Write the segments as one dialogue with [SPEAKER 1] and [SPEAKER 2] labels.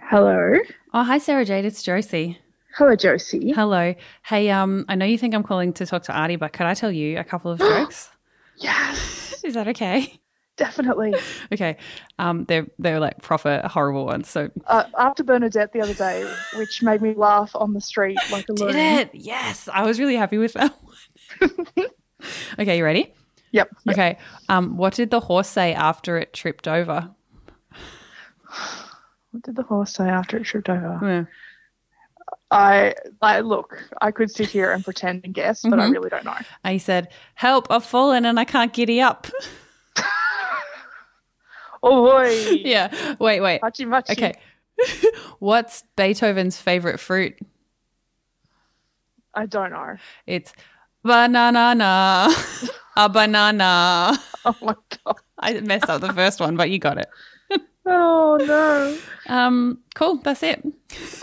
[SPEAKER 1] Hello.
[SPEAKER 2] Oh, hi, Sarah Jade. It's Josie.
[SPEAKER 1] Hello, Josie.
[SPEAKER 2] Hello. Hey, um, I know you think I'm calling to talk to Artie, but could I tell you a couple of jokes?
[SPEAKER 1] Yes,
[SPEAKER 2] Is that okay?
[SPEAKER 1] definitely.
[SPEAKER 2] Okay. Um, they're they're like proper horrible ones. So
[SPEAKER 1] Uh, after Bernadette the other day, which made me laugh on the street like a
[SPEAKER 2] did
[SPEAKER 1] loon.
[SPEAKER 2] it? Yes, I was really happy with that one. okay, you ready?
[SPEAKER 1] Yep.
[SPEAKER 2] Okay. Um, what did the horse say after it tripped over?
[SPEAKER 1] What did the horse say after it tripped over?
[SPEAKER 2] Yeah.
[SPEAKER 1] I, I look. I could sit here and pretend and guess, but I
[SPEAKER 2] Mhm.
[SPEAKER 1] really don't know.
[SPEAKER 2] And he said, "Help! I've fallen and I can't giddy up."
[SPEAKER 1] Oh boy.
[SPEAKER 2] yeah. Wait, wait.
[SPEAKER 1] Machi machi.
[SPEAKER 2] Okay. What's Beethoven's favorite fruit?
[SPEAKER 1] I don't know.
[SPEAKER 2] It's banana, a banana.
[SPEAKER 1] Oh my god.
[SPEAKER 2] I messed up the first one, but you got it.
[SPEAKER 1] Oh no.
[SPEAKER 2] Um, cool. That's it.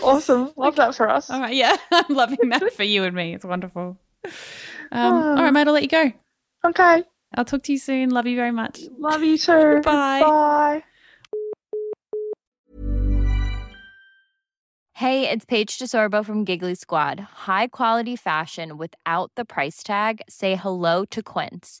[SPEAKER 1] Awesome. Love that for us.
[SPEAKER 2] All right. Yeah, I'm loving that for you and me. It's wonderful. Um, all
[SPEAKER 1] Oh.
[SPEAKER 2] right, mate. I'll let you go.
[SPEAKER 1] Okay.
[SPEAKER 2] I'll talk to you soon. Love you very much.
[SPEAKER 1] Love you too.
[SPEAKER 2] Bye.
[SPEAKER 1] Bye.
[SPEAKER 3] Hey, it's Paige DeSorbo from Giggly Squad. High quality fashion without the price tag. Say hello to Quince.